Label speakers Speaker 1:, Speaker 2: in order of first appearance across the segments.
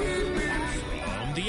Speaker 1: From the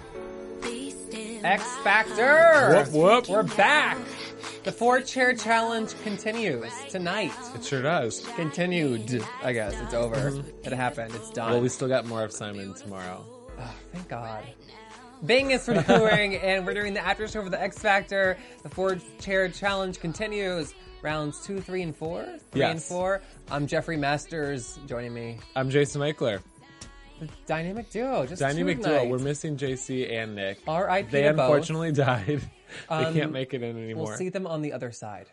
Speaker 2: X Factor.
Speaker 3: Whoop,
Speaker 2: We're back. The four chair challenge continues tonight.
Speaker 3: It sure does.
Speaker 2: Continued. I guess it's over. It happened. It's done.
Speaker 3: Mm-hmm. Well, we still got more of Simon tomorrow.
Speaker 2: Thank God. Bing is renewing, and we're doing the after show for the X Factor. The four chair challenge continues. Rounds two, three, and four. Three and
Speaker 3: Yes.
Speaker 2: four. I'm Jeffrey Masters joining me.
Speaker 3: I'm Jason Eichler.
Speaker 2: Dynamic duo. Just
Speaker 3: Dynamic
Speaker 2: two
Speaker 3: duo.
Speaker 2: tonight.
Speaker 3: We're missing JC and Nick.
Speaker 2: R.I.P.
Speaker 3: They
Speaker 2: to both. Um,
Speaker 3: unfortunately died. they can't make it in anymore.
Speaker 2: We'll see them on the other side.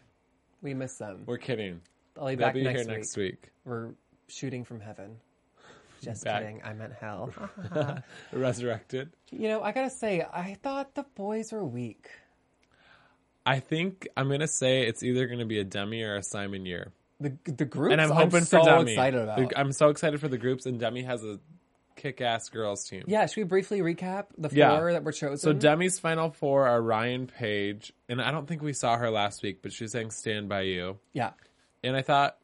Speaker 2: We miss them.
Speaker 3: We're kidding.
Speaker 2: I'll be
Speaker 3: They'll
Speaker 2: back
Speaker 3: be
Speaker 2: next
Speaker 3: here
Speaker 2: week.
Speaker 3: next week.
Speaker 2: We're shooting from heaven. Just
Speaker 3: Back.
Speaker 2: kidding. I meant hell.
Speaker 3: Resurrected.
Speaker 2: you know, I gotta say, I thought the boys were weak.
Speaker 3: I think I'm gonna say it's either gonna be a dummy or a Simon year.
Speaker 2: The the group.
Speaker 3: And I'm hoping for
Speaker 2: so
Speaker 3: dummy.
Speaker 2: excited about.
Speaker 3: The- I'm so excited for the groups, and dummy has a kick-ass girls team.
Speaker 2: yeah, should we briefly recap the
Speaker 3: Yeah.
Speaker 2: four that were chosen?
Speaker 3: So Demi's final four are Ryan Page, and I don't think we saw her last week, but she sang "Stand by You,"
Speaker 2: yeah,
Speaker 3: and I thought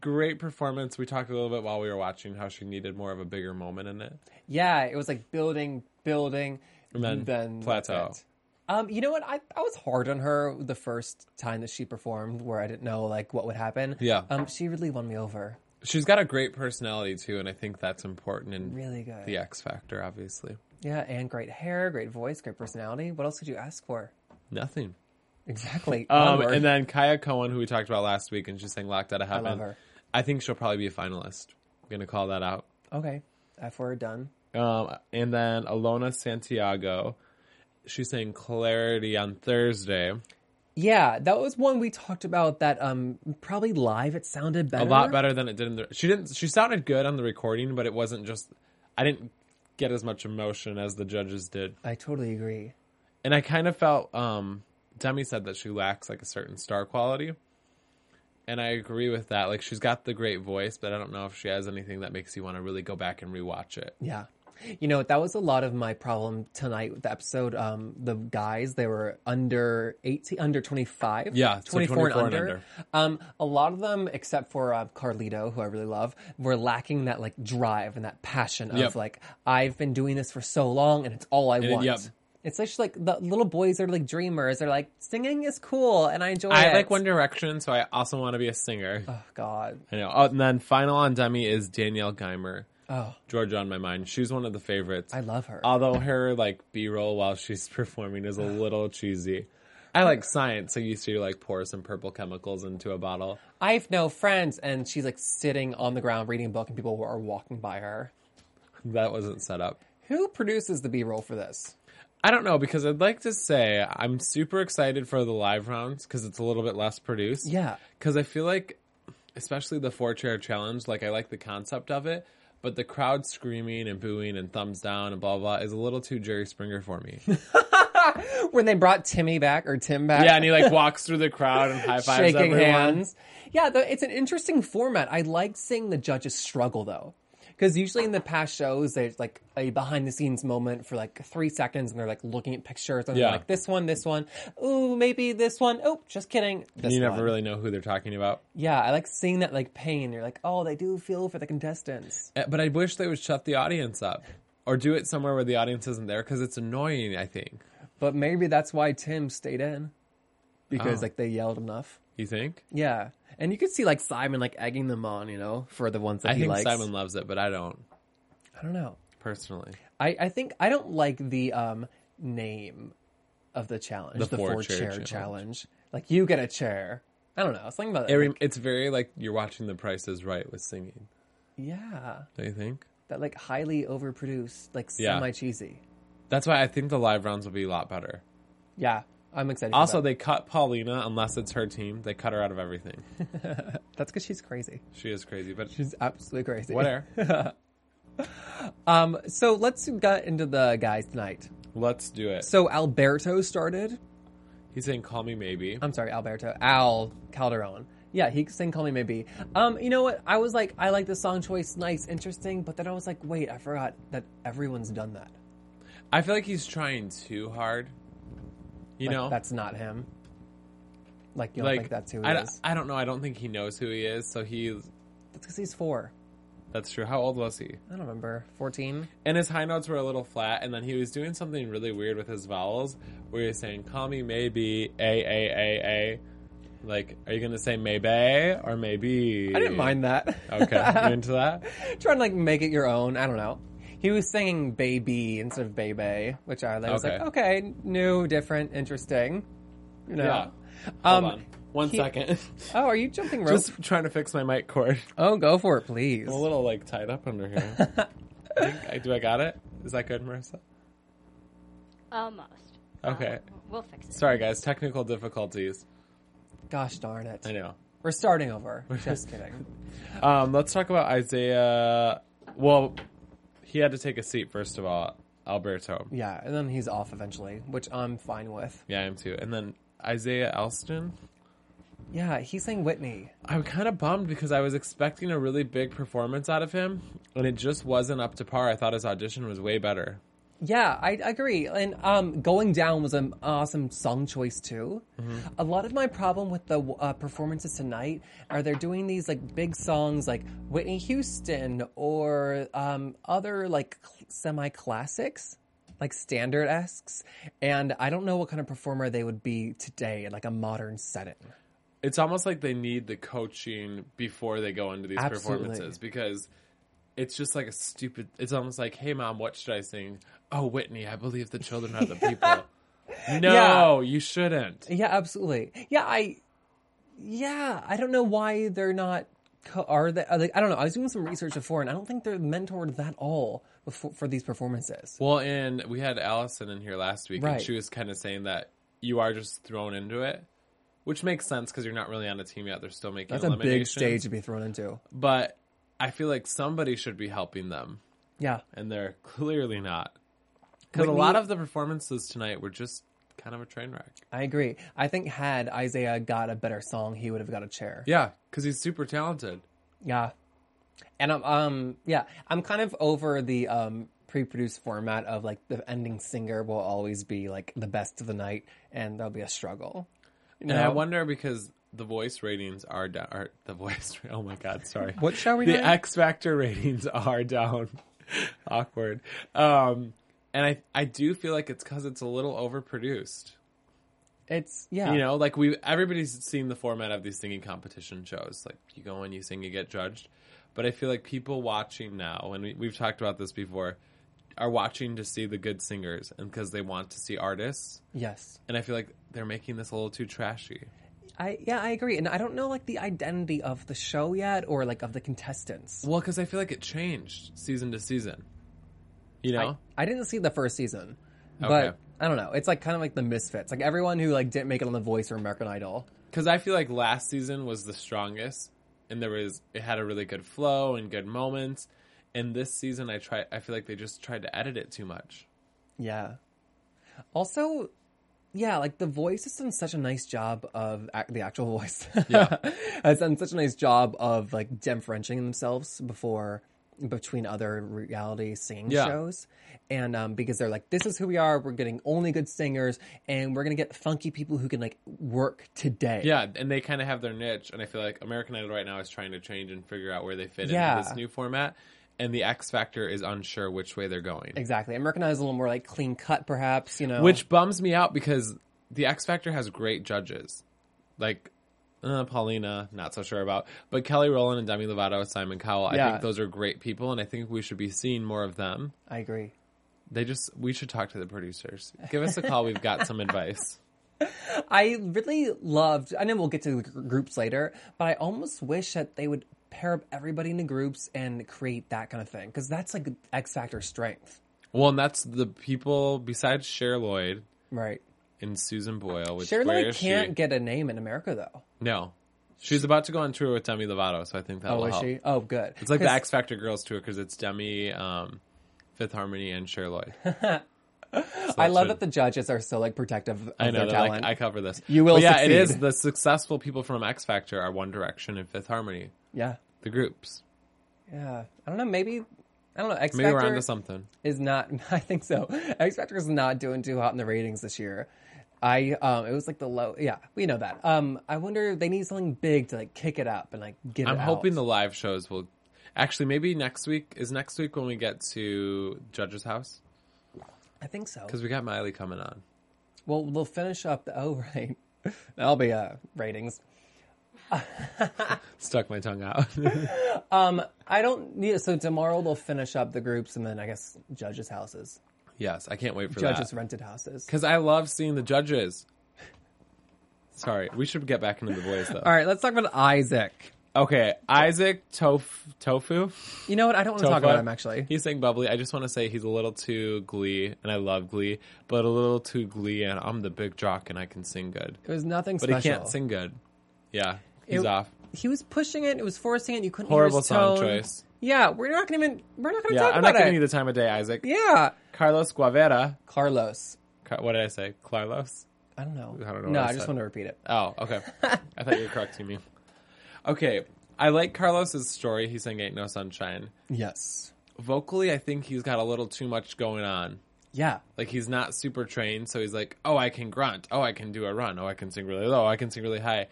Speaker 3: great performance. We talked a little bit while we were watching how she needed more of a bigger moment in it.
Speaker 2: yeah, it was like building, building,
Speaker 3: And then plateau.
Speaker 2: that's it. Um, you know what? I, I was hard on her the first time that she performed, where I didn't know like what would happen.
Speaker 3: Yeah.
Speaker 2: Um, she really won me over.
Speaker 3: She's got a great personality too, and I think that's important in
Speaker 2: Really good.
Speaker 3: the X Factor. Obviously,
Speaker 2: Yeah, and great hair, great voice, great personality. What else could you ask for?
Speaker 3: nothing.
Speaker 2: Exactly.
Speaker 3: Um,
Speaker 2: Onward.
Speaker 3: and then Kaya Cohen, who we talked about last week, and she sang "Locked Out of Heaven."
Speaker 2: love her.
Speaker 3: I think she'll probably be a finalist. I'm gonna call that out.
Speaker 2: Okay. F word done.
Speaker 3: Um, and then Alona Santiago, she's saying clarity on Thursday.
Speaker 2: Yeah, that was one we talked about that um probably live it sounded better.
Speaker 3: A lot better than it did in the. She didn't. She sounded good on the recording, but it wasn't just. I didn't get as much emotion as the judges did,
Speaker 2: I totally agree.
Speaker 3: and I kind of felt. Um, Demi said that she lacks like a certain star quality, and I agree with that. Like she's got the great voice, but I don't know if she has anything that makes you want to really go back and rewatch it.
Speaker 2: Yeah. You know, that was a lot of my problem tonight with the episode. Um, the guys, they were under 18, under 25.
Speaker 3: Yeah, so
Speaker 2: 24,
Speaker 3: 24
Speaker 2: and
Speaker 3: and
Speaker 2: under. Um, a lot of them, except for uh, Carlito, who I really love, were lacking that like drive and that passion of
Speaker 3: Yep.
Speaker 2: like, I've been doing this for so long and it's all I
Speaker 3: it-
Speaker 2: want.
Speaker 3: yep.
Speaker 2: It's just like the little boys are like dreamers. They're like, singing is cool and I enjoy it.
Speaker 3: I like One Direction, so I also want to be a singer.
Speaker 2: Oh, God.
Speaker 3: I know. Oh, and then final on Demi is Danielle Geimer.
Speaker 2: Oh.
Speaker 3: Georgia on my mind. She's one of the favorites.
Speaker 2: I love her.
Speaker 3: Although her like B roll while she's performing is a little cheesy. I like science, so you used to like pour some purple chemicals into a bottle.
Speaker 2: I've no friends, and she's like sitting on the ground reading a book, and people are walking by her.
Speaker 3: That wasn't set up.
Speaker 2: Who produces the B roll for this?
Speaker 3: I don't know because I'd like to say I'm super excited for the live rounds because it's a little bit less produced.
Speaker 2: Yeah.
Speaker 3: Because I feel like, especially the four chair challenge, like I like the concept of it, but the crowd screaming and booing and thumbs down and blah blah is a little too Jerry Springer for me.
Speaker 2: When they brought Timmy back or Tim back,
Speaker 3: yeah, and he like walks through the crowd and high fives
Speaker 2: shaking
Speaker 3: everyone.
Speaker 2: hands. Yeah, the, it's an interesting format. I like seeing the judges struggle though, because usually in the past shows there's like a behind the scenes moment for like three seconds, and they're like looking at pictures and they're
Speaker 3: Yeah.
Speaker 2: like this one, this one, ooh maybe this one, oh just kidding. This
Speaker 3: You
Speaker 2: one.
Speaker 3: never really know who they're talking about.
Speaker 2: yeah, I like seeing that like pain. You're like, oh, they do feel for the contestants.
Speaker 3: Uh, But I wish they would shut the audience up or do it somewhere where the audience isn't there because it's annoying. I think.
Speaker 2: But maybe that's why Tim stayed in because
Speaker 3: Oh.
Speaker 2: like they yelled enough.
Speaker 3: You think?
Speaker 2: Yeah, and you could see like Simon like egging them on, you know, for the ones that
Speaker 3: I
Speaker 2: he
Speaker 3: think
Speaker 2: likes.
Speaker 3: Simon loves it, but I don't
Speaker 2: I don't know.
Speaker 3: personally.
Speaker 2: I I think I don't like the um name of the challenge, the,
Speaker 3: The
Speaker 2: four, chair, challenge. Like you get a chair. I don't know. Something about
Speaker 3: It
Speaker 2: it.
Speaker 3: rem- it's very like you're watching The Price is Right with singing.
Speaker 2: Yeah,
Speaker 3: Don't you think?
Speaker 2: that like highly overproduced, like
Speaker 3: Yeah.
Speaker 2: semi cheesy.
Speaker 3: That's why I think the live rounds will be a lot better.
Speaker 2: Yeah, I'm excited. for
Speaker 3: Also,
Speaker 2: that.
Speaker 3: they cut Paulina unless it's her team. They cut her out of everything.
Speaker 2: that's because she's crazy.
Speaker 3: She is crazy, but
Speaker 2: She's absolutely crazy.
Speaker 3: whatever.
Speaker 2: Um, so let's get into the guys tonight.
Speaker 3: Let's do it.
Speaker 2: So Alberto started.
Speaker 3: He's saying, "Call me maybe."
Speaker 2: I'm sorry, Alberto. Al Calderon. Yeah, he sang "Call Me Maybe." Um, you know what? I was like, I like the song choice, nice, interesting, but then I was like, wait, I forgot that everyone's done that.
Speaker 3: I feel like he's trying too hard. You
Speaker 2: Like,
Speaker 3: know,
Speaker 2: that's not him. Like you don't
Speaker 3: like
Speaker 2: think that's who he
Speaker 3: I, d-
Speaker 2: is?
Speaker 3: I don't know. I don't think he knows who he is. So he.
Speaker 2: That's because he's four.
Speaker 3: That's true. How old was he?
Speaker 2: I don't remember. Fourteen.
Speaker 3: And his high notes were a little flat, and then he was doing something really weird with his vowels, where he was saying "Call me maybe a a a a." Like, are you gonna say maybe or maybe?
Speaker 2: I didn't mind that.
Speaker 3: Okay, you into that?
Speaker 2: Trying to like make it your own. I don't know. He was singing "Baby" instead of "Baby," which I was like,
Speaker 3: Okay.
Speaker 2: okay, new, different, interesting. You know.
Speaker 3: Yeah.
Speaker 2: Um,
Speaker 3: Hold on. One
Speaker 2: he-
Speaker 3: second.
Speaker 2: Oh, are you jumping rope?
Speaker 3: Just trying to fix my mic cord.
Speaker 2: Oh, go for it, please.
Speaker 3: I'm a little like tied up under here. I think I, do I got it? Is that good, Marissa?
Speaker 4: Almost.
Speaker 3: Okay.
Speaker 4: Uh, we'll fix it.
Speaker 3: Sorry, guys. Technical difficulties.
Speaker 2: Gosh darn it.
Speaker 3: I know.
Speaker 2: We're starting over. Just kidding.
Speaker 3: Um, let's talk about Isaiah. Well, he had to take a seat first of all, Alberto.
Speaker 2: Yeah, and then he's off eventually, which I'm fine with.
Speaker 3: Yeah, I am too. And then Isaiah Elston.
Speaker 2: Yeah, he's saying Whitney.
Speaker 3: I'm kind of bummed because I was expecting a really big performance out of him, and it just wasn't up to par. I thought his audition was way better.
Speaker 2: Yeah, I agree. And um, Going Down was an awesome song choice, too.
Speaker 3: Mm-hmm.
Speaker 2: A lot of my problem with the uh, performances tonight are they're doing these like big songs like Whitney Houston or um, other like semi classics, like standard esques. And I don't know what kind of performer they would be today in like a modern setting.
Speaker 3: It's almost like they need the coaching before they go into these
Speaker 2: Absolutely.
Speaker 3: performances because it's just like a stupid. It's almost like, hey, mom, what should I sing? Oh, Whitney, I believe the children are the people. No, you shouldn't.
Speaker 2: Yeah, absolutely. Yeah, I. Yeah, I don't know why they're not. co- Are they? Are they I don't know. I was doing some research before, and I don't think they're mentored that all before, for these performances.
Speaker 3: Well, and we had Allison in here last week,
Speaker 2: Right.
Speaker 3: and she was kind of saying that you are just thrown into it, which makes sense because you're not really on a team yet. They're still making
Speaker 2: That's a big
Speaker 3: eliminations.
Speaker 2: stage to be thrown into.
Speaker 3: But I feel like somebody should be helping them,
Speaker 2: Yeah,
Speaker 3: and they're clearly not. Because a
Speaker 2: Whitney-
Speaker 3: lot of the performances tonight were just kind of a train wreck.
Speaker 2: I agree. I think had Isaiah got a better song, he would have got a chair.
Speaker 3: Yeah, because he's super talented.
Speaker 2: Yeah. And I'm um yeah, I'm kind of over the um pre-produced format of like the ending singer will always be like the best of the night and there'll be a struggle. You
Speaker 3: And I
Speaker 2: know?
Speaker 3: wonder because the voice ratings are down. Are the voice? Oh my god! Sorry.
Speaker 2: What show are we doing?
Speaker 3: the X Factor ratings are down. Awkward. Um, and I I do feel like it's because it's a little overproduced.
Speaker 2: it's yeah.
Speaker 3: You know, like we everybody's seen the format of these singing competition shows. Like you go and you sing, you get judged. But I feel like people watching now, and we, we've talked about this before, are watching to see the good singers and because they want to see artists.
Speaker 2: Yes.
Speaker 3: And I feel like they're making this a little too trashy.
Speaker 2: I yeah, I agree. And I don't know like the identity of the show yet or like of the contestants.
Speaker 3: Well, because I feel like it changed season to season. You know,
Speaker 2: I didn't see the first season. But
Speaker 3: Okay.
Speaker 2: I don't know. It's like kind of like the misfits. Like everyone who like didn't make it on The Voice or American Idol.
Speaker 3: because I feel like last season was the strongest, and there was it had a really good flow and good moments. And this season, I try. I feel like they just tried to edit it too much.
Speaker 2: Yeah. Also, yeah, like the voice has done such a nice job of ac- the actual voice.
Speaker 3: Yeah.
Speaker 2: has done such a nice job of like differentiating themselves before between other reality singing
Speaker 3: Yeah.
Speaker 2: shows, and um, because they're like, this is who we are. We're getting only good singers, and we're gonna get funky people who can like work today.
Speaker 3: Yeah, and they kind of have their niche, and I feel like American Idol right now is trying to change and figure out where they fit
Speaker 2: Yeah.
Speaker 3: into this new format. And the X Factor is unsure which way they're going,
Speaker 2: Exactly. American Idol is a little more like clean cut, perhaps, you know.
Speaker 3: which bums me out because the X Factor has great judges, like uh, Paulina, not so sure about, but Kelly Rowland and Demi Lovato, Simon Cowell. I
Speaker 2: Yeah.
Speaker 3: think those are great people, and I think we should be seeing more of them.
Speaker 2: I agree.
Speaker 3: They just we should talk to the producers. Give us a call. We've got some advice.
Speaker 2: I really loved. I know we'll get to the gr- groups later, but I almost wish that they would pair up everybody into groups and create that kind of thing because that's like X Factor strength,
Speaker 3: Well, and that's the people besides Cher Lloyd
Speaker 2: right?
Speaker 3: and Susan Boyle. Which,
Speaker 2: Cher
Speaker 3: where
Speaker 2: Lloyd
Speaker 3: is she?
Speaker 2: can't get a name in America though.
Speaker 3: No, she's about to go on tour with Demi Lovato, so I think that
Speaker 2: Oh,
Speaker 3: will
Speaker 2: is
Speaker 3: help.
Speaker 2: she? Oh, good.
Speaker 3: It's like the
Speaker 2: 'Cause-
Speaker 3: X Factor Girls tour because it's Demi, um, Fifth Harmony, and Cher Lloyd. So
Speaker 2: I love
Speaker 3: should-
Speaker 2: that the judges are so like protective of
Speaker 3: I know.
Speaker 2: their
Speaker 3: they're like,
Speaker 2: talent.
Speaker 3: I cover this.
Speaker 2: You will
Speaker 3: But yeah, it
Speaker 2: succeed.
Speaker 3: is. The successful people from X Factor are One Direction and Fifth Harmony,
Speaker 2: yeah,
Speaker 3: the groups.
Speaker 2: yeah. I don't know. Maybe I don't know. X
Speaker 3: Maybe we're
Speaker 2: Factor
Speaker 3: onto something.
Speaker 2: is not. I think so. X Factor is not doing too hot in the ratings this year. I um, it was like the low. Yeah, we know that. Um, I wonder if they need something big to like kick it up and like get.
Speaker 3: I'm
Speaker 2: it
Speaker 3: hoping
Speaker 2: out.
Speaker 3: the live shows will. Actually, maybe next week is next week when we get to Judge's house
Speaker 2: I think so.
Speaker 3: because we got Miley coming on.
Speaker 2: Well, we'll finish up. The, oh, right. That'll be uh, ratings.
Speaker 3: Stuck my tongue out.
Speaker 2: I don't. Yeah, so tomorrow they'll finish up the groups, and then I guess judges' houses,
Speaker 3: yes, I can't wait for
Speaker 2: judges'
Speaker 3: that
Speaker 2: rented houses.
Speaker 3: because I love seeing the judges. Sorry, we should get back into the boys though.
Speaker 2: All right, let's talk about Isaac.
Speaker 3: Okay, Isaac Tof- Tofu.
Speaker 2: You know what? I don't want to talk
Speaker 3: Tofa.
Speaker 2: about him actually.
Speaker 3: He's saying bubbly. I just want to say he's a little too glee, and I love glee, but a little too glee, and I'm the big jock and I can sing good.
Speaker 2: it was nothing
Speaker 3: But
Speaker 2: special.
Speaker 3: he can't sing good. Yeah, he's
Speaker 2: It-
Speaker 3: off.
Speaker 2: He was pushing it. It was forcing it. You couldn't hear
Speaker 3: Horrible
Speaker 2: his
Speaker 3: song
Speaker 2: tone.
Speaker 3: choice.
Speaker 2: Yeah, we're not gonna even. We're not gonna
Speaker 3: Yeah,
Speaker 2: talk
Speaker 3: I'm not
Speaker 2: about it.
Speaker 3: giving you the time of day, Isaac.
Speaker 2: yeah,
Speaker 3: Carlos Guavera.
Speaker 2: Carlos.
Speaker 3: Car- what did I say? Carlos?
Speaker 2: I don't know.
Speaker 3: I don't know
Speaker 2: No,
Speaker 3: what I
Speaker 2: I, just
Speaker 3: said.
Speaker 2: want to repeat it.
Speaker 3: Oh, okay. I thought you were correcting me. Okay, I like Carlos's story. He sang Ain't No Sunshine.
Speaker 2: Yes.
Speaker 3: Vocally, I think he's got a little too much going on.
Speaker 2: Yeah.
Speaker 3: Like he's not super trained, so he's like, "Oh, I can grunt. Oh, I can do a run. Oh, I can sing really low. I can sing really high,"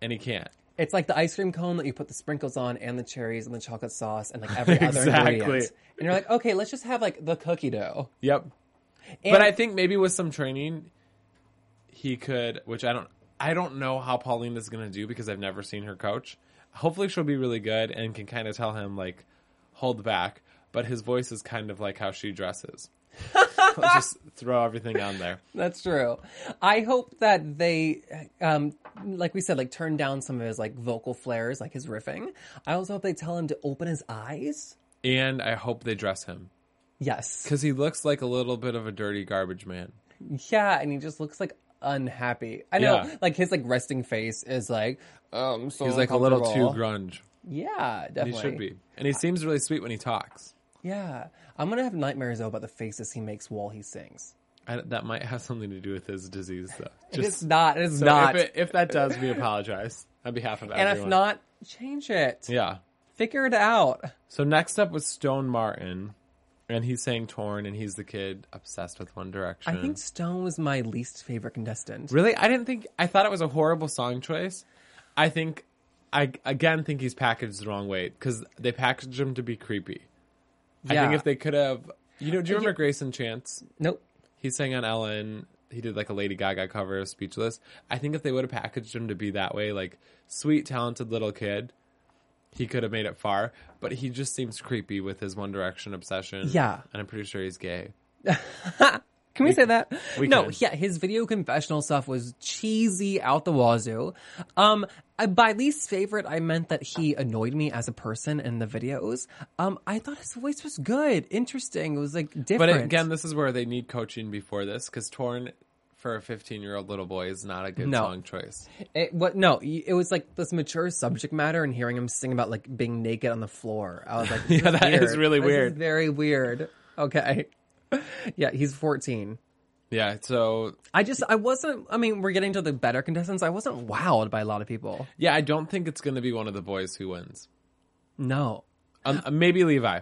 Speaker 3: and he can't.
Speaker 2: It's like the ice cream cone that you put the sprinkles on and the cherries and the chocolate sauce and like every other
Speaker 3: Exactly.
Speaker 2: ingredient. And you're like, okay, let's just have like the cookie dough.
Speaker 3: Yep.
Speaker 2: And
Speaker 3: But I think maybe with some training, he could. Which I don't. I don't know how Pauline is going to do because I've never seen her coach. Hopefully, she'll be really good and can kind of tell him like, hold back. But his voice is kind of like how she dresses. Let's just throw everything on there.
Speaker 2: that's true. I hope that they, um, like we said, like turn down some of his like vocal flares, like his riffing. I also hope they tell him to open his eyes.
Speaker 3: And I hope they dress him
Speaker 2: Yes.
Speaker 3: because he looks like a little bit of a dirty garbage man.
Speaker 2: Yeah, and he just looks like unhappy. I know,
Speaker 3: Yeah.
Speaker 2: like his like resting face is like, um, so
Speaker 3: He's like a little too
Speaker 2: uncomfortable.
Speaker 3: grunge.
Speaker 2: Yeah, definitely.
Speaker 3: He should be. And he seems really sweet when he talks.
Speaker 2: Yeah, I'm gonna have nightmares though about the faces he makes while he sings.
Speaker 3: I, that might have something to do with his disease, though.
Speaker 2: it's not. It's
Speaker 3: so
Speaker 2: not.
Speaker 3: If, it, if that does, we apologize on behalf of
Speaker 2: and if
Speaker 3: everyone.
Speaker 2: not, change it.
Speaker 3: yeah.
Speaker 2: Figure it out.
Speaker 3: So next up was Stone Martin, and he's saying "Torn," and he's the kid obsessed with One Direction.
Speaker 2: I think Stone was my least favorite contestant.
Speaker 3: Really, I didn't think. I thought it was a horrible song choice. I think, I again think he's packaged the wrong way because they packaged him to be creepy. I
Speaker 2: Yeah.
Speaker 3: think if they could have, you know, do you remember Grayson Chance?
Speaker 2: Nope.
Speaker 3: he sang on Ellen. He did like a Lady Gaga cover of Speechless. I think if they would have packaged him to be that way, like sweet, talented little kid, he could have made it far. But he just seems creepy with his One Direction obsession.
Speaker 2: Yeah.
Speaker 3: And I'm pretty sure he's gay.
Speaker 2: Can we, say that?
Speaker 3: we
Speaker 2: no,
Speaker 3: can.
Speaker 2: yeah, his video confessional stuff was cheesy out the wazoo. Um, I- by least favorite, I meant that he annoyed me as a person in the videos. Um, I thought his voice was good, interesting. It was like different.
Speaker 3: But again, this is where they need coaching before this because Torn for a 15 year old little boy is not a good
Speaker 2: No.
Speaker 3: song choice.
Speaker 2: It, what? No, y- it was like this mature subject matter, and hearing him sing about like being naked on the floor. I was like, this
Speaker 3: Yeah, that is
Speaker 2: weird.
Speaker 3: really
Speaker 2: This is
Speaker 3: weird.
Speaker 2: very weird. Okay, yeah, he's fourteen.
Speaker 3: Yeah. So,
Speaker 2: I just, I wasn't. I mean, we're getting to the better contestants. I wasn't wowed by a lot of people.
Speaker 3: yeah, I don't think it's going to be one of the boys who wins.
Speaker 2: No.
Speaker 3: Um, maybe Levi,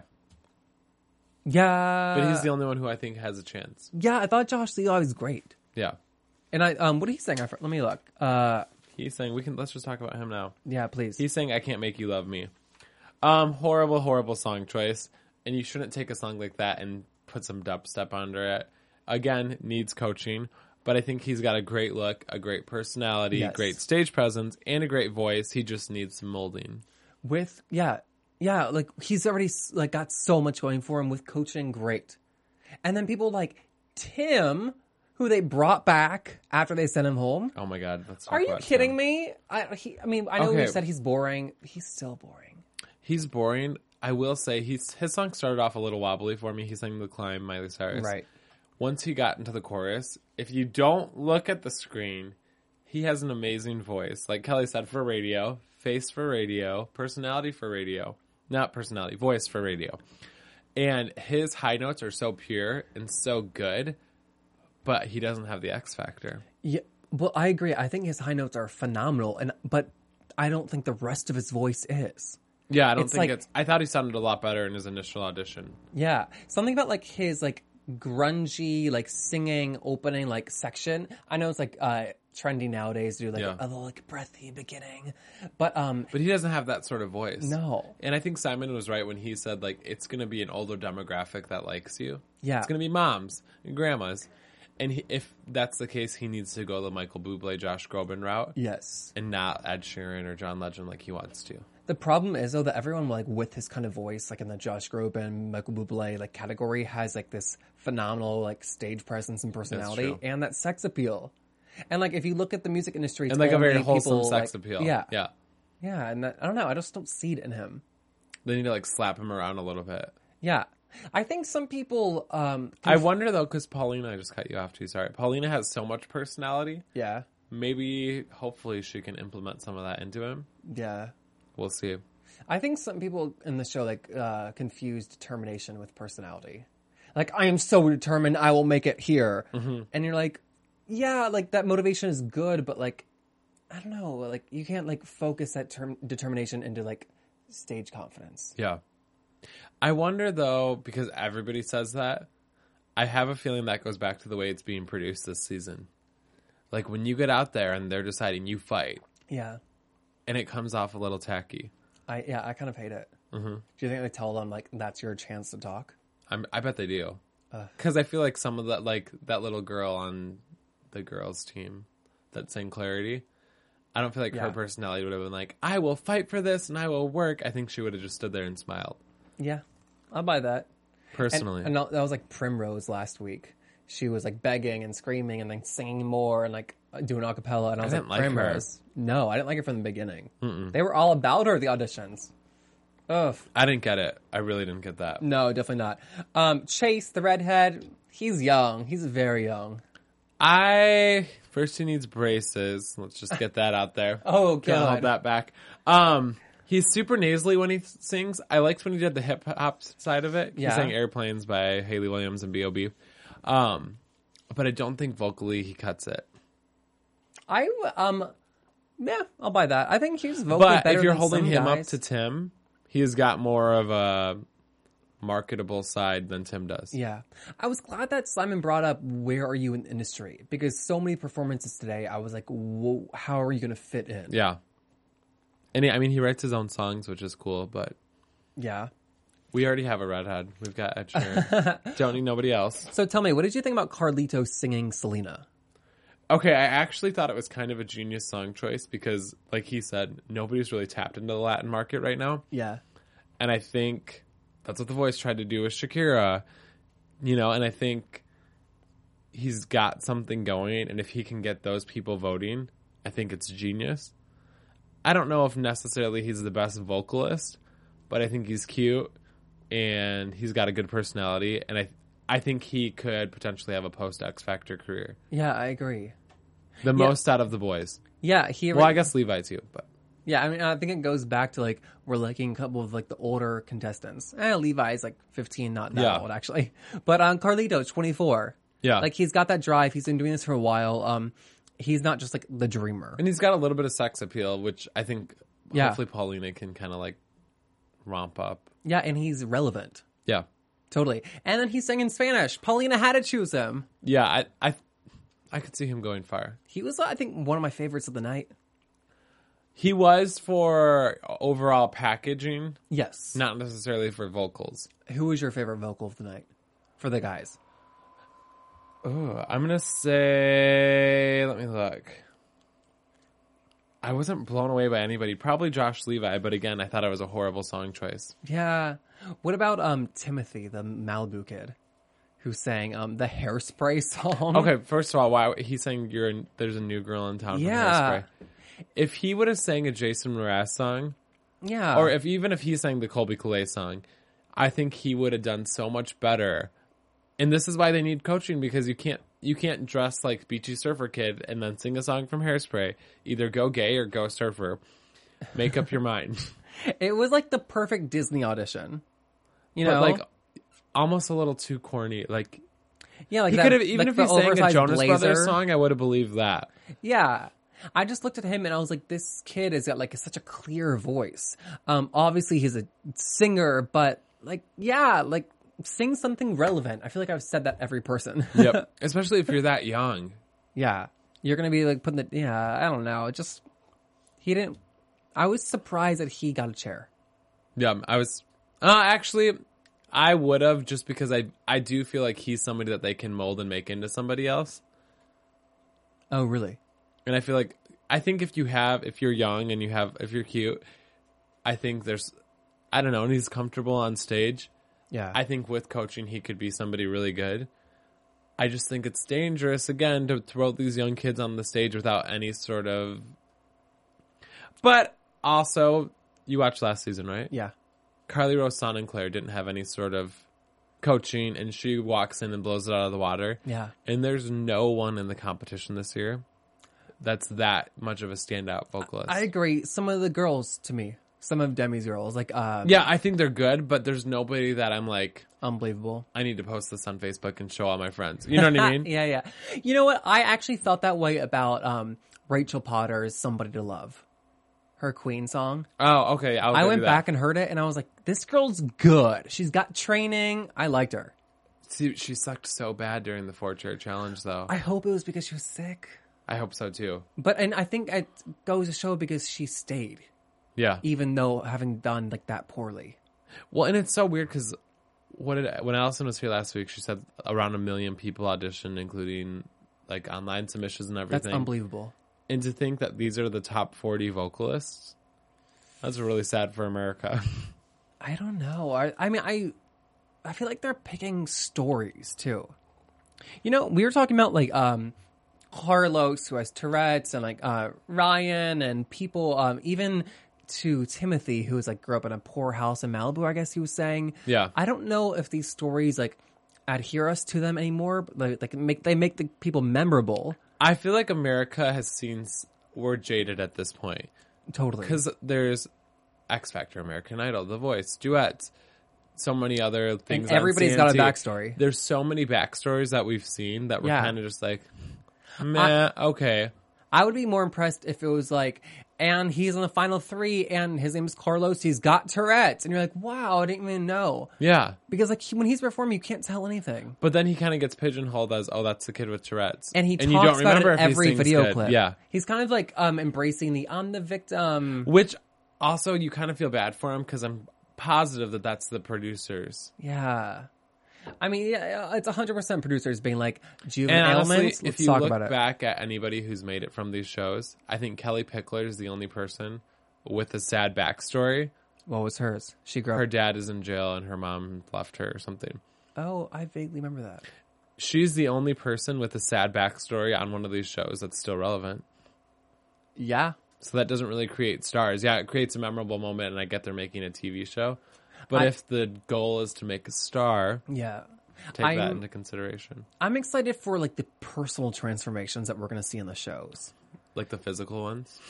Speaker 2: Yeah.
Speaker 3: but he's the only one who I think has a chance.
Speaker 2: yeah, I thought Josh Levi was great.
Speaker 3: Yeah.
Speaker 2: And I, um, what did he sing? I for- let me look. Uh,
Speaker 3: He's saying, we can, let's just talk about him now.
Speaker 2: yeah, please.
Speaker 3: He's saying I can't make you love me. Um, horrible, horrible song choice. And you shouldn't take a song like that and put some dubstep under it. Again, needs coaching, but I think he's got a great look, a great personality,
Speaker 2: Yes.
Speaker 3: great stage presence, and a great voice. He just needs some molding.
Speaker 2: with yeah yeah like he's already s- like got so much going for him with coaching great and then people like tim who they brought back after they sent him home
Speaker 3: Oh my god, that's
Speaker 2: are you kidding me i he, i mean i know
Speaker 3: Okay.
Speaker 2: you said he's boring he's still boring
Speaker 3: He's boring. I will say he's his song started off a little wobbly for me. He sang "The Climb," Miley Cyrus.
Speaker 2: Right.
Speaker 3: Once he got into the chorus, if you don't look at the screen, he has an amazing voice. Like Kelly said, for radio, face for radio, personality for radio, not personality, voice for radio. And his high notes are so pure and so good, but he doesn't have the X factor.
Speaker 2: Yeah, well, I agree. I think his high notes are phenomenal, and but I don't think the rest of his voice is.
Speaker 3: Yeah, I don't
Speaker 2: It's
Speaker 3: think
Speaker 2: like-
Speaker 3: it's. I thought he sounded a lot better in his initial audition.
Speaker 2: Yeah, something about like his like grungy like singing opening like section. I know it's like uh trendy nowadays to do like
Speaker 3: Yeah.
Speaker 2: a little like breathy beginning, but um
Speaker 3: But he doesn't have that sort of voice.
Speaker 2: No.
Speaker 3: And I think Simon was right when he said like it's going to be an older demographic that likes you.
Speaker 2: Yeah.
Speaker 3: It's going to be moms and grandmas. And he, if that's the case, he needs to go the Michael Bublé, Josh Groban route
Speaker 2: yes,
Speaker 3: and not Ed Sheeran or John Legend like he wants to.
Speaker 2: The problem is though that everyone like with his kind of voice, like in the Josh Groban, Michael Bublé like category, has like this phenomenal like stage presence and personality,
Speaker 3: true.
Speaker 2: and that sex appeal. And like if you look at the music industry, it's
Speaker 3: And like a very
Speaker 2: only
Speaker 3: wholesome
Speaker 2: people,
Speaker 3: sex
Speaker 2: like-
Speaker 3: appeal.
Speaker 2: Yeah,
Speaker 3: Yeah.
Speaker 2: yeah. And that, I don't know, I just don't see it in him.
Speaker 3: They need to like slap him around a little bit.
Speaker 2: Yeah, I think some people. um
Speaker 3: I wonder though cuz Paulina I just cut you off too, sorry. Paulina has so much personality.
Speaker 2: Yeah,
Speaker 3: Maybe hopefully she can implement some of that into him.
Speaker 2: yeah.
Speaker 3: We'll see.
Speaker 2: I think some people in the show like uh, confuse determination with personality. Like I am so determined, I will make it here, and you're like, yeah, like that motivation is good, but like, I don't know, like you can't like focus that term determination into like stage confidence.
Speaker 3: Yeah. I wonder though, because everybody says that, I have a feeling that goes back to the way it's being produced this season. Like when you get out there and they're deciding you fight,
Speaker 2: Yeah,
Speaker 3: and it comes off a little tacky.
Speaker 2: I yeah, I kind of hate it. Mm-hmm. Do you think they tell them like that's your chance to talk?
Speaker 3: I'm, I bet they do,
Speaker 2: Uh.
Speaker 3: because I feel like some of that, like that little girl on the girls' team that sang "Clarity," I don't feel like her
Speaker 2: Yeah.
Speaker 3: personality would have been like, "I will fight for this and I will work." I think she would have just stood there and smiled.
Speaker 2: Yeah, I'll buy that. And-
Speaker 3: Personally,
Speaker 2: And, that was like Primrose last week. She was like begging and screaming and then singing more and like uh, doing a cappella. And I was
Speaker 3: didn't
Speaker 2: like,
Speaker 3: like her.
Speaker 2: Primrose. No, I didn't like her from the beginning. They were all about her, the auditions. Ugh.
Speaker 3: I didn't get it. I really didn't get that.
Speaker 2: No, definitely not. Um, Chase, the redhead, he's young. He's very young.
Speaker 3: I first he needs braces. Let's just get that out there.
Speaker 2: Oh,
Speaker 3: Can't
Speaker 2: God.
Speaker 3: hold that back. Um, he's super nasally when he th- sings. I liked when he did the hip hop side of it.
Speaker 2: Yeah.
Speaker 3: He sang "Airplanes" by Haley Williams and B.O.B. Um, but I don't think vocally he cuts it.
Speaker 2: I, w- um, yeah, I'll buy that. I think he's vocally
Speaker 3: But
Speaker 2: better
Speaker 3: if you're
Speaker 2: than
Speaker 3: holding
Speaker 2: some
Speaker 3: him
Speaker 2: guys.
Speaker 3: up to Tim, he has got more of a marketable side than Tim does.
Speaker 2: Yeah. I was glad that Simon brought up where are you in the industry because so many performances today, I was like, Whoa, how are you going to fit in?
Speaker 3: Yeah. And he, I mean, he writes his own songs, which is cool, but
Speaker 2: Yeah.
Speaker 3: We already have a redhead. We've got Ed Sheeran. Don't need nobody else.
Speaker 2: So tell me, what did you think about Carlito singing Selena?
Speaker 3: Okay, I actually thought it was kind of a genius song choice because, like he said, nobody's really tapped into the Latin market right now.
Speaker 2: Yeah.
Speaker 3: And I think that's what The Voice tried to do with Shakira, you know, and I think he's got something going. And if he can get those people voting, I think it's genius. I don't know if necessarily he's the best vocalist, but I think he's cute and he's got a good personality. And I, I think he could potentially have a post X Factor career.
Speaker 2: Yeah, I agree.
Speaker 3: The most out of the boys.
Speaker 2: Yeah, he.
Speaker 3: Well, I guess Levi too, but
Speaker 2: yeah, I mean, I think it goes back to like we're liking a couple of like the older contestants. Eh, Levi's like 15, not that
Speaker 3: Yeah.
Speaker 2: old actually, but um, Carlito 24.
Speaker 3: Yeah.
Speaker 2: like he's got that drive. He's been doing this for a while. Um, he's not just like the dreamer.
Speaker 3: And he's got a little bit of sex appeal, which I think
Speaker 2: Yeah.
Speaker 3: hopefully Paulina can kind of like romp up.
Speaker 2: Yeah, and he's relevant.
Speaker 3: Yeah.
Speaker 2: Totally. And then he sang in Spanish. Paulina had to choose him.
Speaker 3: Yeah, I I I could see him going far.
Speaker 2: He was, I think, one of my favorites of the night.
Speaker 3: He was for overall packaging,
Speaker 2: Yes.
Speaker 3: not necessarily for vocals.
Speaker 2: Who was your favorite vocal of the night for the guys?
Speaker 3: Ooh, Uh, I'm going to say let me look. I wasn't blown away by anybody. Probably Josh Levi, but again, I thought it was a horrible song choice.
Speaker 2: Yeah. What about um Timothy, the Malibu kid, who sang um the hairspray song?
Speaker 3: Okay, first of all, why he sang "You're a, there's a new girl in town"? from
Speaker 2: Yeah.
Speaker 3: Hairspray. If he would have sang a Jason Mraz song,
Speaker 2: Yeah.
Speaker 3: Or if even if he sang the Colby Calais song, I think he would have done so much better. And this is why they need coaching because you can't you can't dress like beachy surfer kid and then sing a song from Hairspray. Either go gay or go surfer. Make up your mind.
Speaker 2: it was like the perfect Disney audition. You
Speaker 3: But
Speaker 2: know,
Speaker 3: like almost a little too corny. Like
Speaker 2: yeah, like
Speaker 3: he
Speaker 2: that-
Speaker 3: could have even
Speaker 2: like
Speaker 3: if
Speaker 2: the
Speaker 3: he sang a
Speaker 2: oversized
Speaker 3: Jonas Brothers
Speaker 2: blazer.
Speaker 3: song, I would have believed that.
Speaker 2: Yeah. I just looked at him and I was like, this kid has got like such a clear voice. Um, obviously he's a singer, but like, yeah, like sing something relevant. I feel like I've said that every person.
Speaker 3: Yep. Especially if you're that young.
Speaker 2: yeah. You're going to be like putting the, yeah, I don't know. It just, he didn't, I was surprised that he got a chair.
Speaker 3: Yeah, I was. Uh, actually, I would have just because I I do feel like he's somebody that they can mold and make into somebody else.
Speaker 2: Oh, really?
Speaker 3: And I feel like I think if you have if you're young and you have if you're cute, I think there's I don't know, and he's comfortable on stage.
Speaker 2: Yeah.
Speaker 3: I think with coaching he could be somebody really good. I just think it's dangerous again to throw these young kids on the stage without any sort of But also you watched last season, right?
Speaker 2: yeah.
Speaker 3: Carly Rose Claire didn't have any sort of coaching, and she walks in and blows it out of the water.
Speaker 2: Yeah.
Speaker 3: And there's no one in the competition this year that's that much of a standout vocalist.
Speaker 2: I agree. Some of the girls to me, some of Demi's girls, like, uh,
Speaker 3: yeah, I think they're good, but there's nobody that I'm like,
Speaker 2: unbelievable. Ah,
Speaker 3: I need to post this on Facebook and show all my friends. You know what I mean?
Speaker 2: yeah, yeah. You know what? I actually felt that way about um, Rachel Potter's "Somebody to Love," her Queen song.
Speaker 3: Oh, okay. I'll
Speaker 2: I went back and heard it, and I was like, "This girl's good. She's got training. I liked her.
Speaker 3: See, she sucked so bad during the four chair challenge, though.
Speaker 2: I
Speaker 3: I,
Speaker 2: hope it was because she was sick,
Speaker 3: hope so too.
Speaker 2: but and I think it goes to show because she stayed,
Speaker 3: Yeah.
Speaker 2: even though having done like that poorly.
Speaker 3: Well, and it's so weird because what did when Allison was here last week, she said around a million people auditioned, including like online submissions and everything.
Speaker 2: That's unbelievable.
Speaker 3: And to think that these are the top forty vocalists, that's really sad for America.
Speaker 2: I don't know. I, I mean, I I feel like they're picking stories too. You know, we were talking about like um Carlos who has Tourette's and like uh Ryan and people um even to Timothy who was like grew up in a poor house in Malibu, I guess he was saying.
Speaker 3: Yeah.
Speaker 2: I don't know if these stories like adhere us to them anymore, but like, like make they make the people memorable.
Speaker 3: I feel like America has seen s- we're jaded at this point
Speaker 2: Totally.
Speaker 3: because there's X Factor, American Idol, The Voice, duets. So many other things. on
Speaker 2: everybody's got a
Speaker 3: CNT.
Speaker 2: backstory.
Speaker 3: There's so many backstories that we've seen that we're
Speaker 2: Yeah.
Speaker 3: kind of just like, meh, okay.
Speaker 2: I would be more impressed if it was like, and he's in the final three, and his name is Carlos. He's got Tourette's, and you're like, wow, I didn't even know.
Speaker 3: Yeah.
Speaker 2: Because like he- when he's performing, you can't tell anything.
Speaker 3: But then he kind of gets pigeonholed as, oh, that's the kid with Tourette's,
Speaker 2: And he talks
Speaker 3: you don't
Speaker 2: about
Speaker 3: remember
Speaker 2: it
Speaker 3: if he
Speaker 2: every
Speaker 3: sings
Speaker 2: video
Speaker 3: good.
Speaker 2: clip.
Speaker 3: Yeah,
Speaker 2: he's kind of like um embracing the "I'm the victim."
Speaker 3: which also you kind of feel bad for him because I'm positive that that's the producers.
Speaker 2: Yeah, I mean, yeah, it's hundred percent producers being like juvenile
Speaker 3: And honestly,
Speaker 2: ailments.
Speaker 3: if
Speaker 2: Let's
Speaker 3: you
Speaker 2: talk
Speaker 3: look
Speaker 2: about it.
Speaker 3: back at anybody who's made it from these shows, I think Kelly Pickler is the only person with a sad backstory.
Speaker 2: what was hers? She grew up.
Speaker 3: Her dad is in jail and her mom left her or something.
Speaker 2: oh, I vaguely remember that.
Speaker 3: She's the only person with a sad backstory on one of these shows that's still relevant.
Speaker 2: Yeah,
Speaker 3: So that doesn't really create stars. Yeah, it creates a memorable moment, and I get they're making a TV show. But
Speaker 2: I-
Speaker 3: if the goal is to make a star,
Speaker 2: yeah.
Speaker 3: take that
Speaker 2: I'm-
Speaker 3: into consideration.
Speaker 2: I'm excited for like the personal transformations that we're gonna see in the shows.
Speaker 3: Like the physical ones.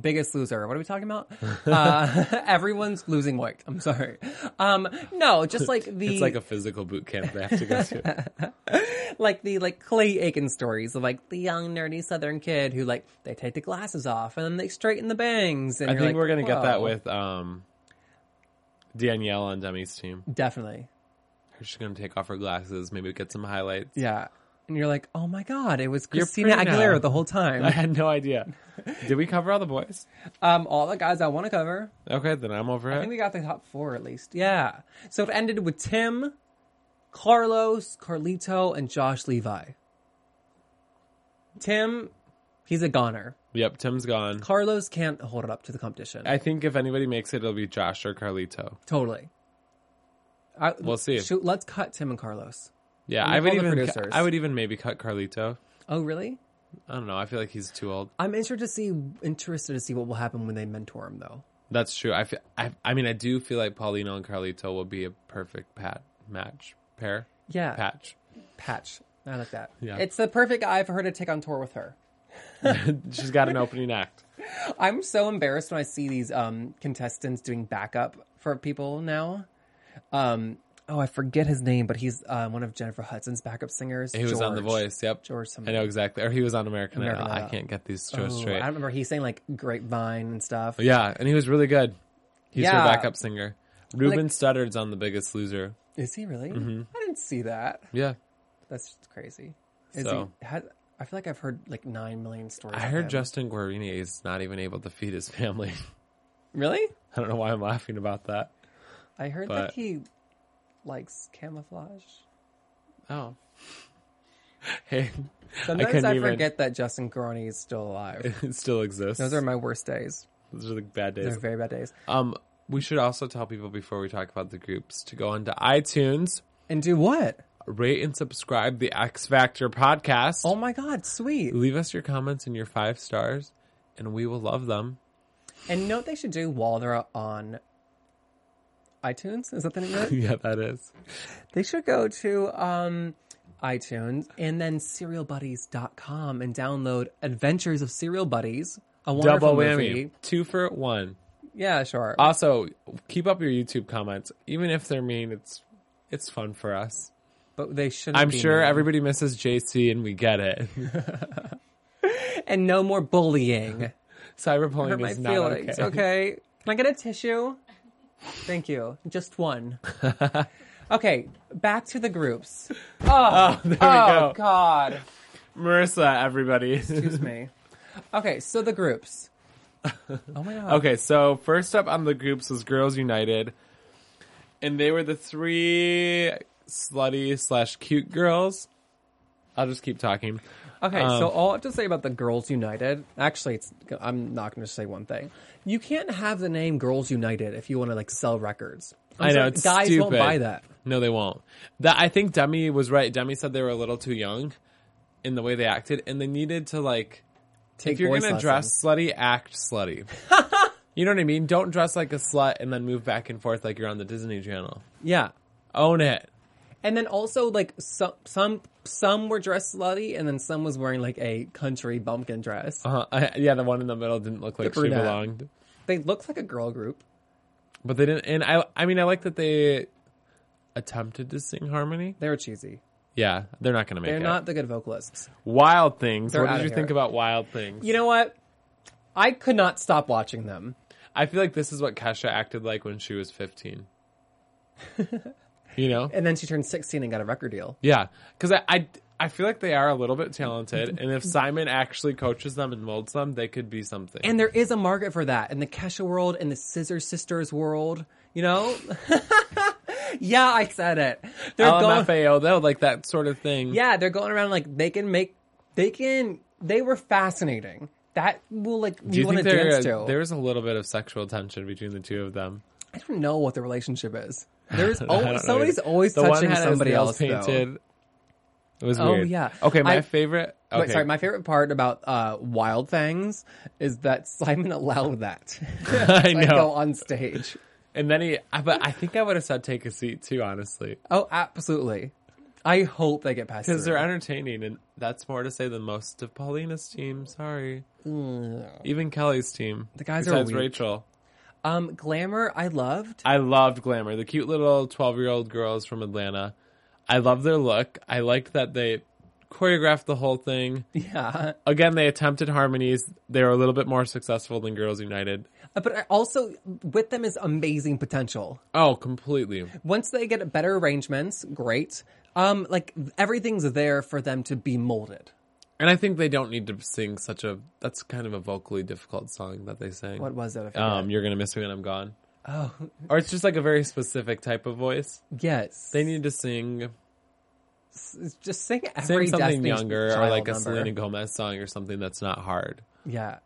Speaker 2: Biggest Loser. What are we talking about? uh, everyone's losing weight. I'm sorry. Um, no, just like the
Speaker 3: It's like a physical boot camp they have to go to.
Speaker 2: like the like Clay Aiken stories of like the young nerdy Southern kid who like they take the glasses off and then they straighten the bangs. And
Speaker 3: I
Speaker 2: you're
Speaker 3: think
Speaker 2: like,
Speaker 3: we're going to get that
Speaker 2: "Whoa."
Speaker 3: with um, Danielle on Demi's team.
Speaker 2: definitely.
Speaker 3: She's going to take off her glasses, maybe get some highlights.
Speaker 2: Yeah, and you're like, oh my god, it was
Speaker 3: You're
Speaker 2: Christina
Speaker 3: pretty
Speaker 2: Aguilera
Speaker 3: now.
Speaker 2: the whole
Speaker 3: I
Speaker 2: time.
Speaker 3: had no idea. Did we cover all the boys?
Speaker 2: um, all the guys I want to cover.
Speaker 3: Okay, then I'm over
Speaker 2: I think
Speaker 3: it.
Speaker 2: we got the top four at least. Yeah. So it ended with Tim, Carlos, Carlito, and Josh Levi. Tim, he's a goner.
Speaker 3: Yep, Tim's gone.
Speaker 2: Carlos can't hold it up to the competition.
Speaker 3: I think if anybody makes it, it'll be Josh or Carlito.
Speaker 2: totally. I,
Speaker 3: We'll see.
Speaker 2: Shoot, let's cut Tim and Carlos.
Speaker 3: Yeah,
Speaker 2: And
Speaker 3: I would
Speaker 2: all the
Speaker 3: even
Speaker 2: producers.
Speaker 3: I would even maybe cut Carlito.
Speaker 2: Oh, really?
Speaker 3: I don't know. I feel like he's too old.
Speaker 2: I'm interested to see interested to see what will happen when they mentor him though.
Speaker 3: That's true. I, feel, I, I mean, I do feel like Paulino and Carlito will be a perfect pat match pair.
Speaker 2: Yeah.
Speaker 3: Patch.
Speaker 2: Patch. I like that.
Speaker 3: Yeah.
Speaker 2: It's the perfect guy for her to take on tour with her.
Speaker 3: She's got an opening act.
Speaker 2: I'm so embarrassed when I see these um, contestants doing backup for people now. Um, oh, I forget his name, but he's uh, one of Jennifer Hudson's backup singers.
Speaker 3: He was on The
Speaker 2: George.
Speaker 3: Voice. Yep.
Speaker 2: George
Speaker 3: I
Speaker 2: something.
Speaker 3: know exactly. Or he was on American,
Speaker 2: American
Speaker 3: Idol. I
Speaker 2: Idol.
Speaker 3: can't get these shows
Speaker 2: Ooh,
Speaker 3: straight. Oh,
Speaker 2: I remember he sang like Grapevine and stuff.
Speaker 3: Yeah, and he was really good. He's her
Speaker 2: Yeah.
Speaker 3: backup singer. Ruben
Speaker 2: Like-
Speaker 3: Studdard's on The Biggest Loser.
Speaker 2: Is he really?
Speaker 3: Mm-hmm.
Speaker 2: I didn't see that.
Speaker 3: Yeah.
Speaker 2: That's just crazy. Is
Speaker 3: So-
Speaker 2: he? Has, I feel like I've heard like nine million stories.
Speaker 3: I
Speaker 2: of
Speaker 3: heard
Speaker 2: him.
Speaker 3: Justin Guarini is not even able to feed his family.
Speaker 2: really.
Speaker 3: I don't know why I'm laughing about that.
Speaker 2: I heard
Speaker 3: but-
Speaker 2: that he likes camouflage.
Speaker 3: Oh. Hey,
Speaker 2: Sometimes
Speaker 3: couldn't
Speaker 2: I,
Speaker 3: even-
Speaker 2: forget that Justin Guarini is still alive.
Speaker 3: it still exists.
Speaker 2: Those are my worst days.
Speaker 3: Those are the bad days.
Speaker 2: They're very bad days.
Speaker 3: Um, we should also tell people before we talk about the groups to go onto iTunes,
Speaker 2: And do what?
Speaker 3: rate and subscribe the X Factor podcast.
Speaker 2: Oh my God, sweet.
Speaker 3: Leave us your comments and your five stars, and we will love them.
Speaker 2: And you know what they should do while they're on iTunes? Is that the name of it?
Speaker 3: yeah, that is.
Speaker 2: They should go to um, iTunes and then serialbuddies.com and download Adventures of Serial Buddies. A wonderful
Speaker 3: Double whammy. Uh,
Speaker 2: movie.
Speaker 3: Two for one.
Speaker 2: Yeah, sure.
Speaker 3: Also, keep up your YouTube comments. Even if they're mean, it's it's fun for us.
Speaker 2: but they shouldn't
Speaker 3: I'm
Speaker 2: be
Speaker 3: sure
Speaker 2: mean.
Speaker 3: everybody misses JC and we get it.
Speaker 2: And no more bullying. Hurt
Speaker 3: Cyberbullying
Speaker 2: my
Speaker 3: is not
Speaker 2: feelings,
Speaker 3: okay.
Speaker 2: okay? Can I get a tissue? Thank you. Just one. Okay, back to the groups.
Speaker 3: Oh, there we
Speaker 2: Oh,
Speaker 3: go.
Speaker 2: God.
Speaker 3: Marissa, everybody.
Speaker 2: Excuse me. Okay, so the groups. Oh my god.
Speaker 3: Okay, so first up on the groups was Girls United, and they were the three slutty slash cute girls. I'll just keep talking.
Speaker 2: Okay,
Speaker 3: um,
Speaker 2: so all I have to say about the Girls United, actually, it's I'm not going to say one thing. You can't have the name Girls United if you want to like sell records. I'm
Speaker 3: I know
Speaker 2: sorry,
Speaker 3: it's
Speaker 2: guys
Speaker 3: stupid.
Speaker 2: won't buy that.
Speaker 3: No, they won't. That I think Demi was right. Demi said they were a little too young in the way they acted, and they needed to like.
Speaker 2: Take
Speaker 3: If you're
Speaker 2: voice
Speaker 3: gonna
Speaker 2: lessons.
Speaker 3: dress slutty, act slutty. you know what I mean? Don't dress like a slut and then move back and forth like you're on the Disney Channel.
Speaker 2: yeah.
Speaker 3: Own it.
Speaker 2: And then also like some some some were dressed slutty, and then some was wearing like a country bumpkin dress.
Speaker 3: Uh-huh. I- yeah, the one in the middle didn't look like she
Speaker 2: brunette.
Speaker 3: belonged.
Speaker 2: They looked like a girl group.
Speaker 3: But they didn't. And I, I mean, I like that they attempted to sing harmony.
Speaker 2: They were cheesy.
Speaker 3: Yeah, they're not going to make
Speaker 2: They're
Speaker 3: it.
Speaker 2: not the good vocalists.
Speaker 3: Wild Things.
Speaker 2: They're
Speaker 3: What
Speaker 2: outta
Speaker 3: did you
Speaker 2: here.
Speaker 3: think about Wild Things?
Speaker 2: You know what? I could not stop watching them.
Speaker 3: I feel like this is what Kesha acted like when she was 15. you know?
Speaker 2: And then she turned 16 and got a record deal.
Speaker 3: Yeah. Because I, I, I feel like they are a little bit talented. And if Simon actually coaches them and molds them, they could be something.
Speaker 2: And there is a market for that in the Kesha world and the Scissor Sisters world, you know? yeah, I said it.
Speaker 3: Oh,
Speaker 2: They're going
Speaker 3: LMFAO, though, like that sort of thing.
Speaker 2: Yeah, they're going around like they can make they can they were fascinating. That will like
Speaker 3: Do you
Speaker 2: want
Speaker 3: think uh,
Speaker 2: to
Speaker 3: there,
Speaker 2: dance to.
Speaker 3: there's a little bit of sexual tension between the two of them?
Speaker 2: I don't know what the relationship is. There's
Speaker 3: I don't know
Speaker 2: always, Oh, somebody's
Speaker 3: either.
Speaker 2: always
Speaker 3: The one
Speaker 2: touching
Speaker 3: had his
Speaker 2: somebody
Speaker 3: nails
Speaker 2: else though.
Speaker 3: Painted. It was
Speaker 2: Oh,
Speaker 3: weird.
Speaker 2: yeah.
Speaker 3: Okay, my
Speaker 2: I-
Speaker 3: favorite. Okay.
Speaker 2: But sorry, my favorite part about uh, Wild Fangs is that Simon allowed that.
Speaker 3: I
Speaker 2: like go
Speaker 3: know.
Speaker 2: on stage.
Speaker 3: And then he, I- but I think I would have said take a seat too, honestly,
Speaker 2: Oh, absolutely. I hope they get past
Speaker 3: because
Speaker 2: through.
Speaker 3: they're entertaining, and that's more to say than most of Paulina's team. Sorry, even Kelly's team. The
Speaker 2: guys are
Speaker 3: besides
Speaker 2: weak.
Speaker 3: Rachel.
Speaker 2: Um, Glamour, I loved.
Speaker 3: I loved Glamour, the cute little twelve-year-old girls from Atlanta. I love their look. I liked that they choreographed the whole thing.
Speaker 2: Yeah,
Speaker 3: Again, they attempted harmonies. They were a little bit more successful than Girls United.
Speaker 2: Uh, but I- also with them is amazing potential.
Speaker 3: Oh, completely.
Speaker 2: Once they get better arrangements, great. Um, like everything's there for them to be molded.
Speaker 3: And I think they don't need to sing such a. That's kind of a vocally difficult song that they sang.
Speaker 2: What was it? I forget.
Speaker 3: Um, you're gonna miss me when I'm gone. Oh, or it's just like a very specific type of voice.
Speaker 2: yes,
Speaker 3: They need to sing,
Speaker 2: just sing
Speaker 3: sing
Speaker 2: every
Speaker 3: something
Speaker 2: Destiny's
Speaker 3: younger or
Speaker 2: Child
Speaker 3: like a
Speaker 2: number.
Speaker 3: Selena Gomez song or something that's not hard.
Speaker 2: Yeah,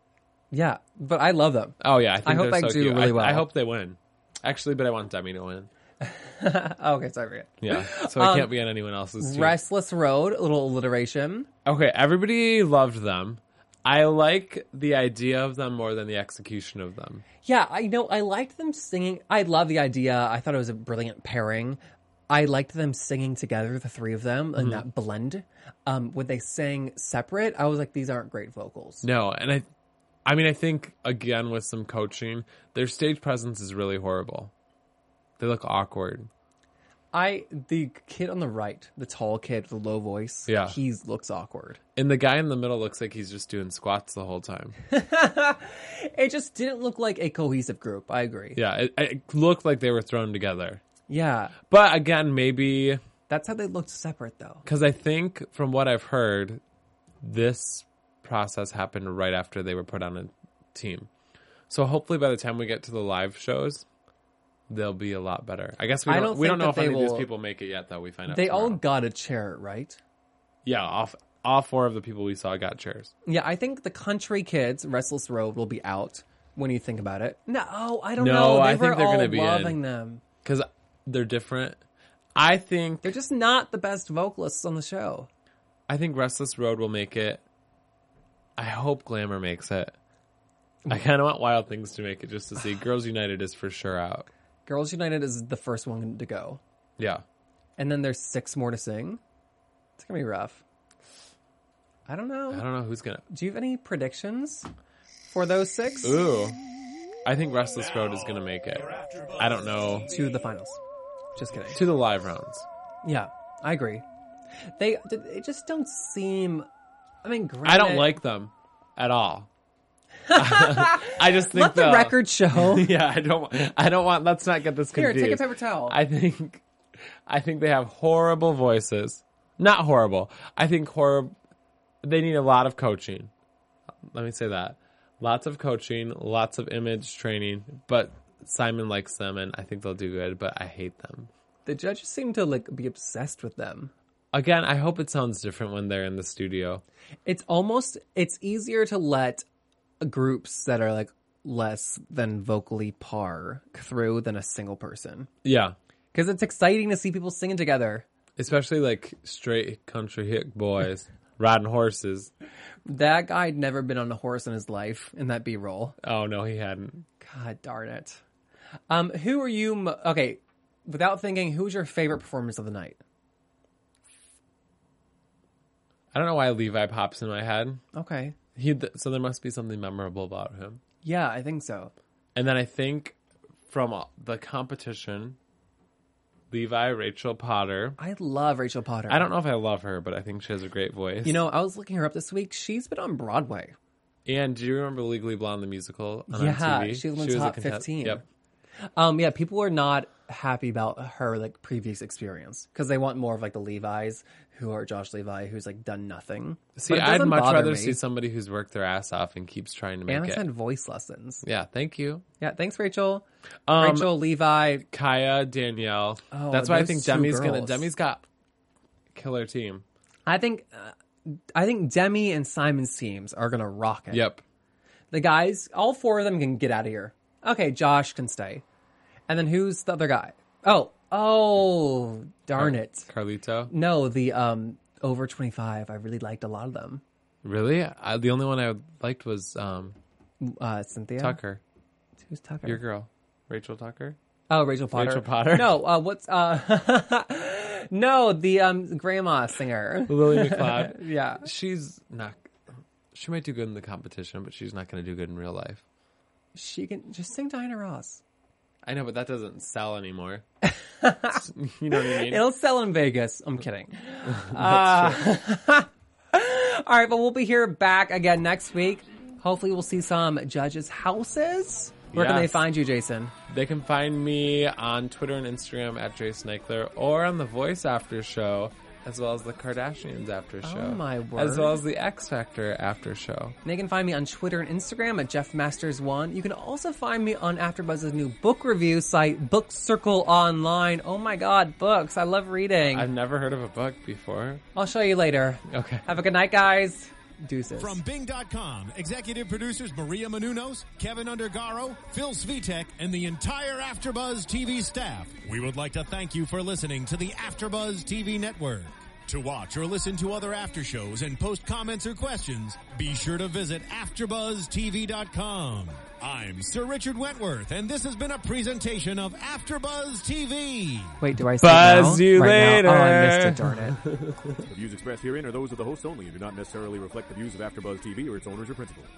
Speaker 2: yeah. But I love them.
Speaker 3: Oh yeah, I, think
Speaker 2: hope
Speaker 3: they're
Speaker 2: I
Speaker 3: so
Speaker 2: do
Speaker 3: cute.
Speaker 2: really
Speaker 3: I, I
Speaker 2: well.
Speaker 3: hope they win. Actually, but I want Demi to win.
Speaker 2: Oh, okay, sorry, I forget.
Speaker 3: Yeah. So
Speaker 2: Um,
Speaker 3: it can't be on anyone else's. Too.
Speaker 2: Restless Road, a little alliteration.
Speaker 3: Okay, everybody loved them. I like the idea of them more than the execution of them.
Speaker 2: Yeah, I know. I liked them singing. I love the idea. I thought it was a brilliant pairing. I liked them singing together, the three of them,
Speaker 3: Mm-hmm.
Speaker 2: and that blend. Um, when they sang separate, I was like, these aren't great vocals.
Speaker 3: No, and I I mean I think again with some coaching, their stage presence is really horrible. They look awkward.
Speaker 2: I the kid on the right, the tall kid with the low voice,
Speaker 3: Yeah.
Speaker 2: he looks awkward.
Speaker 3: And the guy in the middle looks like he's just doing squats the whole time.
Speaker 2: It just didn't look like a cohesive group. I agree.
Speaker 3: Yeah, it, it looked like they were thrown together.
Speaker 2: Yeah.
Speaker 3: But again, maybe
Speaker 2: That's how they looked separate though.
Speaker 3: because I think from what I've heard, this process happened right after they were put on a team. So hopefully, by the time we get to the live shows, they'll be a lot better. I guess we
Speaker 2: I
Speaker 3: don't,
Speaker 2: don't
Speaker 3: we
Speaker 2: think
Speaker 3: don't
Speaker 2: that
Speaker 3: know if any
Speaker 2: they
Speaker 3: of these
Speaker 2: will-
Speaker 3: people make it yet. Though we find out
Speaker 2: They all
Speaker 3: tomorrow.
Speaker 2: got a chair, right?
Speaker 3: yeah off. All four of the people we saw got chairs.
Speaker 2: Yeah, I think the country kids, Restless Road, will be out when you think about it. No, oh, I don't
Speaker 3: No,
Speaker 2: know. They
Speaker 3: I
Speaker 2: were
Speaker 3: think they're
Speaker 2: all
Speaker 3: gonna be in.
Speaker 2: loving them.
Speaker 3: because they're different. I think
Speaker 2: They're just not the best vocalists on the show.
Speaker 3: I think Restless Road will make it. I hope Glamour makes it. I kind of want Wild Things to make it just to see. Girls United is for sure out.
Speaker 2: Girls United is the first one to go,
Speaker 3: Yeah.
Speaker 2: and then there's six more to sing. It's gonna be rough. I don't know.
Speaker 3: I don't know who's going to.
Speaker 2: Do you have any predictions for those six
Speaker 3: Ooh. I think Restless Road is going to make it. I don't know.
Speaker 2: to the finals? Just kidding.
Speaker 3: To the live rounds.
Speaker 2: Yeah, I agree. They they just don't seem. I mean,
Speaker 3: I don't
Speaker 2: granted-
Speaker 3: like them at all. I just think
Speaker 2: Let the
Speaker 3: they'll-
Speaker 2: record show.
Speaker 3: Yeah, I don't. I don't want. Let's not get this
Speaker 2: Here,
Speaker 3: confused.
Speaker 2: take a paper towel.
Speaker 3: I think. I think they have horrible voices. Not horrible. I think horrible. They need a lot of coaching. Let me say that. Lots of coaching, lots of image training. But Simon likes them, and I think they'll do good. But I hate them.
Speaker 2: The judges seem to like be obsessed with them.
Speaker 3: Again, I hope it sounds different when they're in the studio.
Speaker 2: It's almost it's easier to let groups that are like less than vocally par through than a single person
Speaker 3: Yeah,
Speaker 2: because it's exciting to see people singing together.
Speaker 3: especially like straight country hick boys riding horses.
Speaker 2: That guy had never been on a horse in his life in that B roll.
Speaker 3: Oh no, he hadn't.
Speaker 2: God darn it. Um, who are you? Mo- okay, without thinking, who's your favorite performance of the night?
Speaker 3: I don't know why Levi pops in my head.
Speaker 2: Okay,
Speaker 3: He th- so there must be something memorable about him.
Speaker 2: yeah, I think so.
Speaker 3: And then I think from uh, the competition, Levi Rachel Potter.
Speaker 2: I love Rachel Potter.
Speaker 3: I don't know if I love her, but I think she has a great voice.
Speaker 2: You know, I was looking her up this week. She's been on Broadway.
Speaker 3: and do you remember Legally Blonde the musical on
Speaker 2: Yeah,
Speaker 3: MTV?
Speaker 2: she wins
Speaker 3: a
Speaker 2: Hot
Speaker 3: contest-
Speaker 2: 15.
Speaker 3: Yep.
Speaker 2: Um, yeah, people are not happy about her like previous experience because they want more of like the Levi's who are Josh Levi who's like done nothing.
Speaker 3: See,
Speaker 2: But it
Speaker 3: I'd
Speaker 2: doesn't
Speaker 3: much
Speaker 2: bother
Speaker 3: rather
Speaker 2: me.
Speaker 3: see somebody who's worked their ass off and keeps trying to make
Speaker 2: Anna's
Speaker 3: it.
Speaker 2: had voice lessons.
Speaker 3: Yeah, thank you.
Speaker 2: Yeah, thanks, Rachel.
Speaker 3: Um,
Speaker 2: Rachel Levi.
Speaker 3: Kaya, Danielle.
Speaker 2: Oh,
Speaker 3: That's why I
Speaker 2: those
Speaker 3: think
Speaker 2: two
Speaker 3: Demi's gonna.
Speaker 2: girls.
Speaker 3: Demi's got killer team.
Speaker 2: I think, uh, I think Demi and Simon's teams are gonna rock it.
Speaker 3: Yep.
Speaker 2: The guys, all four of them can get out of here. Okay, Josh can stay, and then who's the other guy? Oh, oh, darn it!
Speaker 3: Carlito.
Speaker 2: No, the um over twenty five. I really liked a lot of them.
Speaker 3: Really? I, the only one I liked was um,
Speaker 2: Uh, Cynthia
Speaker 3: Tucker,
Speaker 2: Who's Tucker?
Speaker 3: your girl, Rachel Tucker.
Speaker 2: Oh, Rachel Potter.
Speaker 3: Rachel Potter.
Speaker 2: No, uh, what's uh, no the um grandma singer.
Speaker 3: Lily McLeod.
Speaker 2: Yeah,
Speaker 3: she's not. She might do good in the competition, but she's not going to do good in real life.
Speaker 2: she can just sing Diana Ross.
Speaker 3: I know, but that doesn't sell anymore. you know what I mean?
Speaker 2: It'll sell in Vegas. I'm kidding. Uh, all right, but we'll be here back again next week. Hopefully, we'll see some judges' houses. Where can they
Speaker 3: Yes.
Speaker 2: find you, Jason?
Speaker 3: They can find me on Twitter and Instagram at Jay Snykler or on the Voice After Show, as well as the Kardashians After Show.
Speaker 2: my
Speaker 3: As well
Speaker 2: word.
Speaker 3: as the X Factor After Show.
Speaker 2: And They can find me on Twitter and Instagram at JeffMasters1. You can also find me on AfterBuzz's new book review site, Book Circle Online. Oh my God, books! I love reading.
Speaker 3: I've never heard of a book before.
Speaker 2: I'll show you later.
Speaker 3: Okay.
Speaker 2: Have a good night, guys. Deuces.
Speaker 1: From Bing.com, executive producers Maria Manunos, Kevin Undergaro, Phil Svitek, and the entire Afterbuzz TV staff. We would like to thank you for listening to the Afterbuzz TV network. To watch or listen to other after shows and post comments or questions, be sure to visit AfterbuzzTV.com. I'm Sir Richard Wentworth, and this has been a presentation of Afterbuzz TV.
Speaker 2: Wait, do I say
Speaker 3: Buzz
Speaker 2: now?
Speaker 3: you
Speaker 2: right Now? Oh, I missed it.
Speaker 3: later.
Speaker 2: Darn it.
Speaker 4: The views expressed herein are those of the hosts only and do not necessarily reflect the views of AfterBuzz TV or its owners or principals.